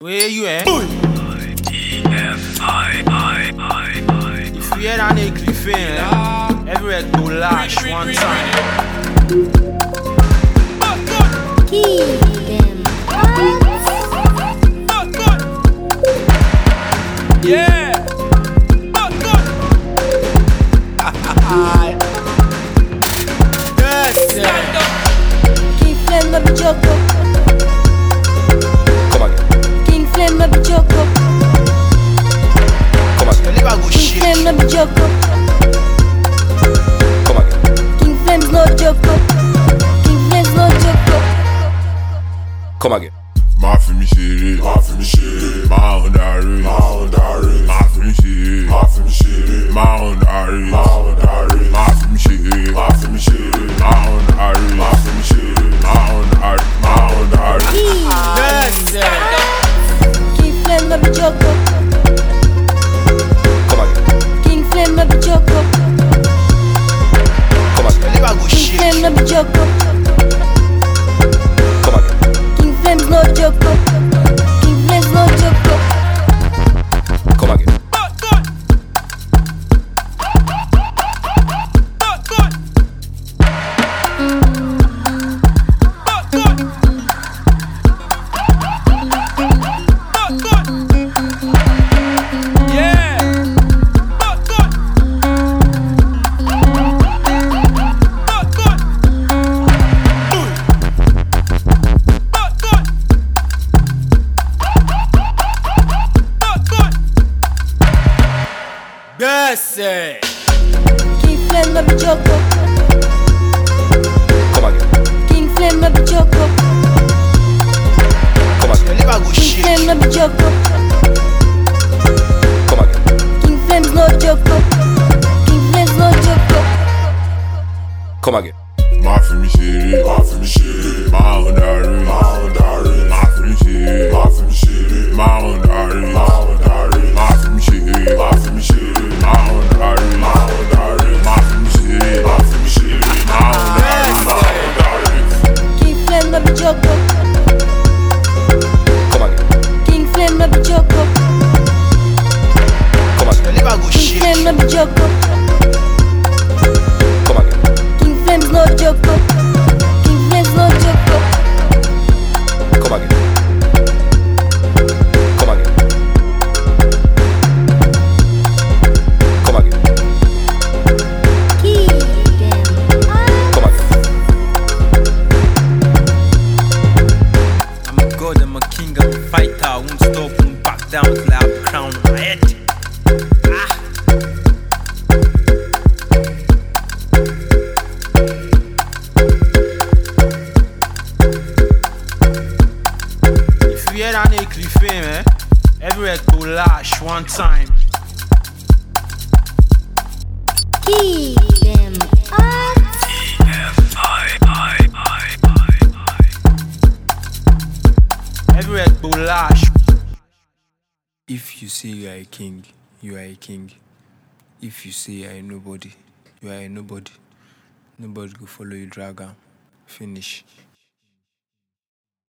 Where you at? If you hear that nigga Cliffin, eh, everywhere go lash one time. Give them Yeah. Yes, sir. King Flame up Joko. Come again. King Flame up Joko. Come again. Nigga go King shit. Flame up Joko. Come again. King Flame's no Joko. King Flame's no Joko. Come again. Má fi mi ṣeré. Má fi mi ṣeré. Má ń darí. Má ń darí. Má fi mi ṣeré. Má fi mi ṣeré. Má ń darí. Má ń darí. Má fi mi ṣeré. Má fi mi ṣeré. Má ń darí. Má fi mi ṣeré. Má ń darí. Má ń darí. Yes, sir. King Flame up Joko. Come again. King Flame up Joko. Come again. Nigga go King shit. Flame up Joko. Come again. King Flame's no Joko. King Flame's no Joko. Come again. Yes, sir. King Flame up Joko. Come again. King Flame up Joko. Come again. Nigga go King shit. Flame up Joko. Come again. King Flame's no Joko. King Flame's no Joko. Come again. Má fi mi ṣeré. Má fi mi ṣeré. Má ń darí. Má ń darí. Má fi mi ṣeré. Má fi mi ṣeré. Má ń darí. Má ń darí. Má fi mi ṣeré. Má fi mi ṣeré. Má ń darí. Má ń darí. Má fi mi ṣeré. Má fi mi ṣeré. Má ń darí. Má ń darí. King Flame up Joko. Come again. King Flame up Joko. Come again. Nigga go oh. King shit. Flame up Joko. Come again. oh. King Flame's no Joko. King Flame's no oh. Joko. Come again. Come again. Come again. Come again. I'm a god, I'm a king, I'm a fighter. I won't stop, won't back down till I have a crown on my head. Ah. If you hear that nigga Cliffin, eh, everywhere go lash one time. Everywhere go lash. If you say you are a king, you are a king. If you say you are a nobody, you are a nobody. Nobody go follow you, drag am. Finish.